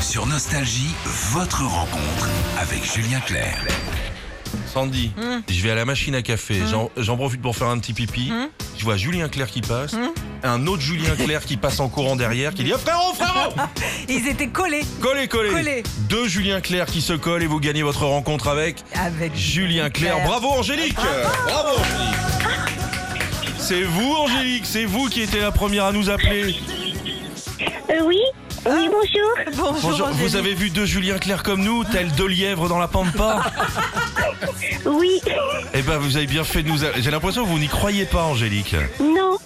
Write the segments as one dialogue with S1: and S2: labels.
S1: Sur Nostalgie, votre rencontre avec Julien Clerc.
S2: Sandy,
S3: Hmm.
S2: je vais à la machine à café, j'en- j'en profite pour faire un petit pipi.
S3: Hmm.
S2: Je vois Julien Clerc qui passe, un autre Julien Clerc qui passe en courant derrière, qui dit oh, frérot, frérot
S3: Ils étaient collés
S2: Collez, collez
S3: Ah, Collez.
S2: Deux Julien Clerc qui se collent et vous gagnez votre rencontre avec
S3: avec
S2: Julien Clerc. Bravo Angélique
S3: Ah,
S2: Bravo Angélique. C'est vous Angélique, c'est vous qui étiez la première à nous appeler.
S4: Euh, oui,
S2: Hein
S4: oui, bonjour.
S3: Bonjour,
S2: Bonjour, vous
S3: Angélique.
S2: avez vu deux Julien Clerc comme nous, tels deux lièvres dans la pampa
S4: Oui,
S2: Eh ben vous avez bien fait de nous... a- J'ai l'impression que vous n'y croyez pas Angélique.
S4: non.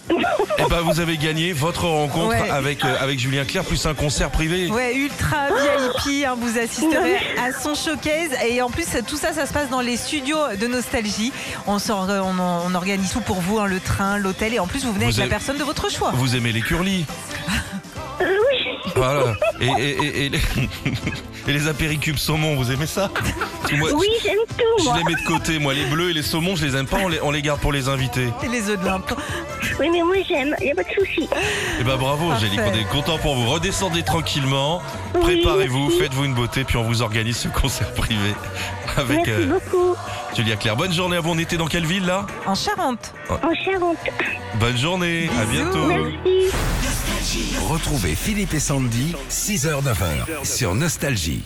S2: Eh ben vous avez gagné votre rencontre
S3: Ouais.
S2: avec, euh, avec Julien Clerc plus un concert privé.
S3: Ouais, ultra VIP, hein, vous assisterez à son showcase. Et en plus, tout ça, ça se passe dans les studios de Nostalgie. On, sort, on, en- on organise tout pour vous, hein, le train, l'hôtel. Et en plus, vous venez
S2: Vous
S3: avec la
S2: avez-
S3: personne de votre choix.
S2: Vous aimez les curlis Voilà. Et, et- et- et les... et les apéricubes saumon, vous aimez ça Parce que moi,
S4: Oui, j'aime tout,
S2: je, je
S4: moi.
S2: les mets de côté, moi. Les bleus et les saumons, je les aime pas, on les, on les garde pour les invités.
S3: Et les œufs de l'implant.
S4: Oui, mais moi, j'aime. Il a pas de souci.
S2: Et ben bravo,
S3: Parfait.
S2: Angélique, on est content pour vous. Redescendez tranquillement,
S4: Oui,
S2: préparez-vous,
S4: merci.
S2: faites-vous une beauté, puis on vous organise ce concert privé avec
S4: Merci
S2: euh,
S4: beaucoup.
S2: Julia Clerc. Bonne journée à vous, on était dans quelle ville là
S3: En Charente.
S4: En Charente.
S2: Bonne journée, à
S3: Bisous.
S2: bientôt.
S4: Merci.
S1: Retrouvez Philippe et Sandy, 6h-9h, sur Nostalgie.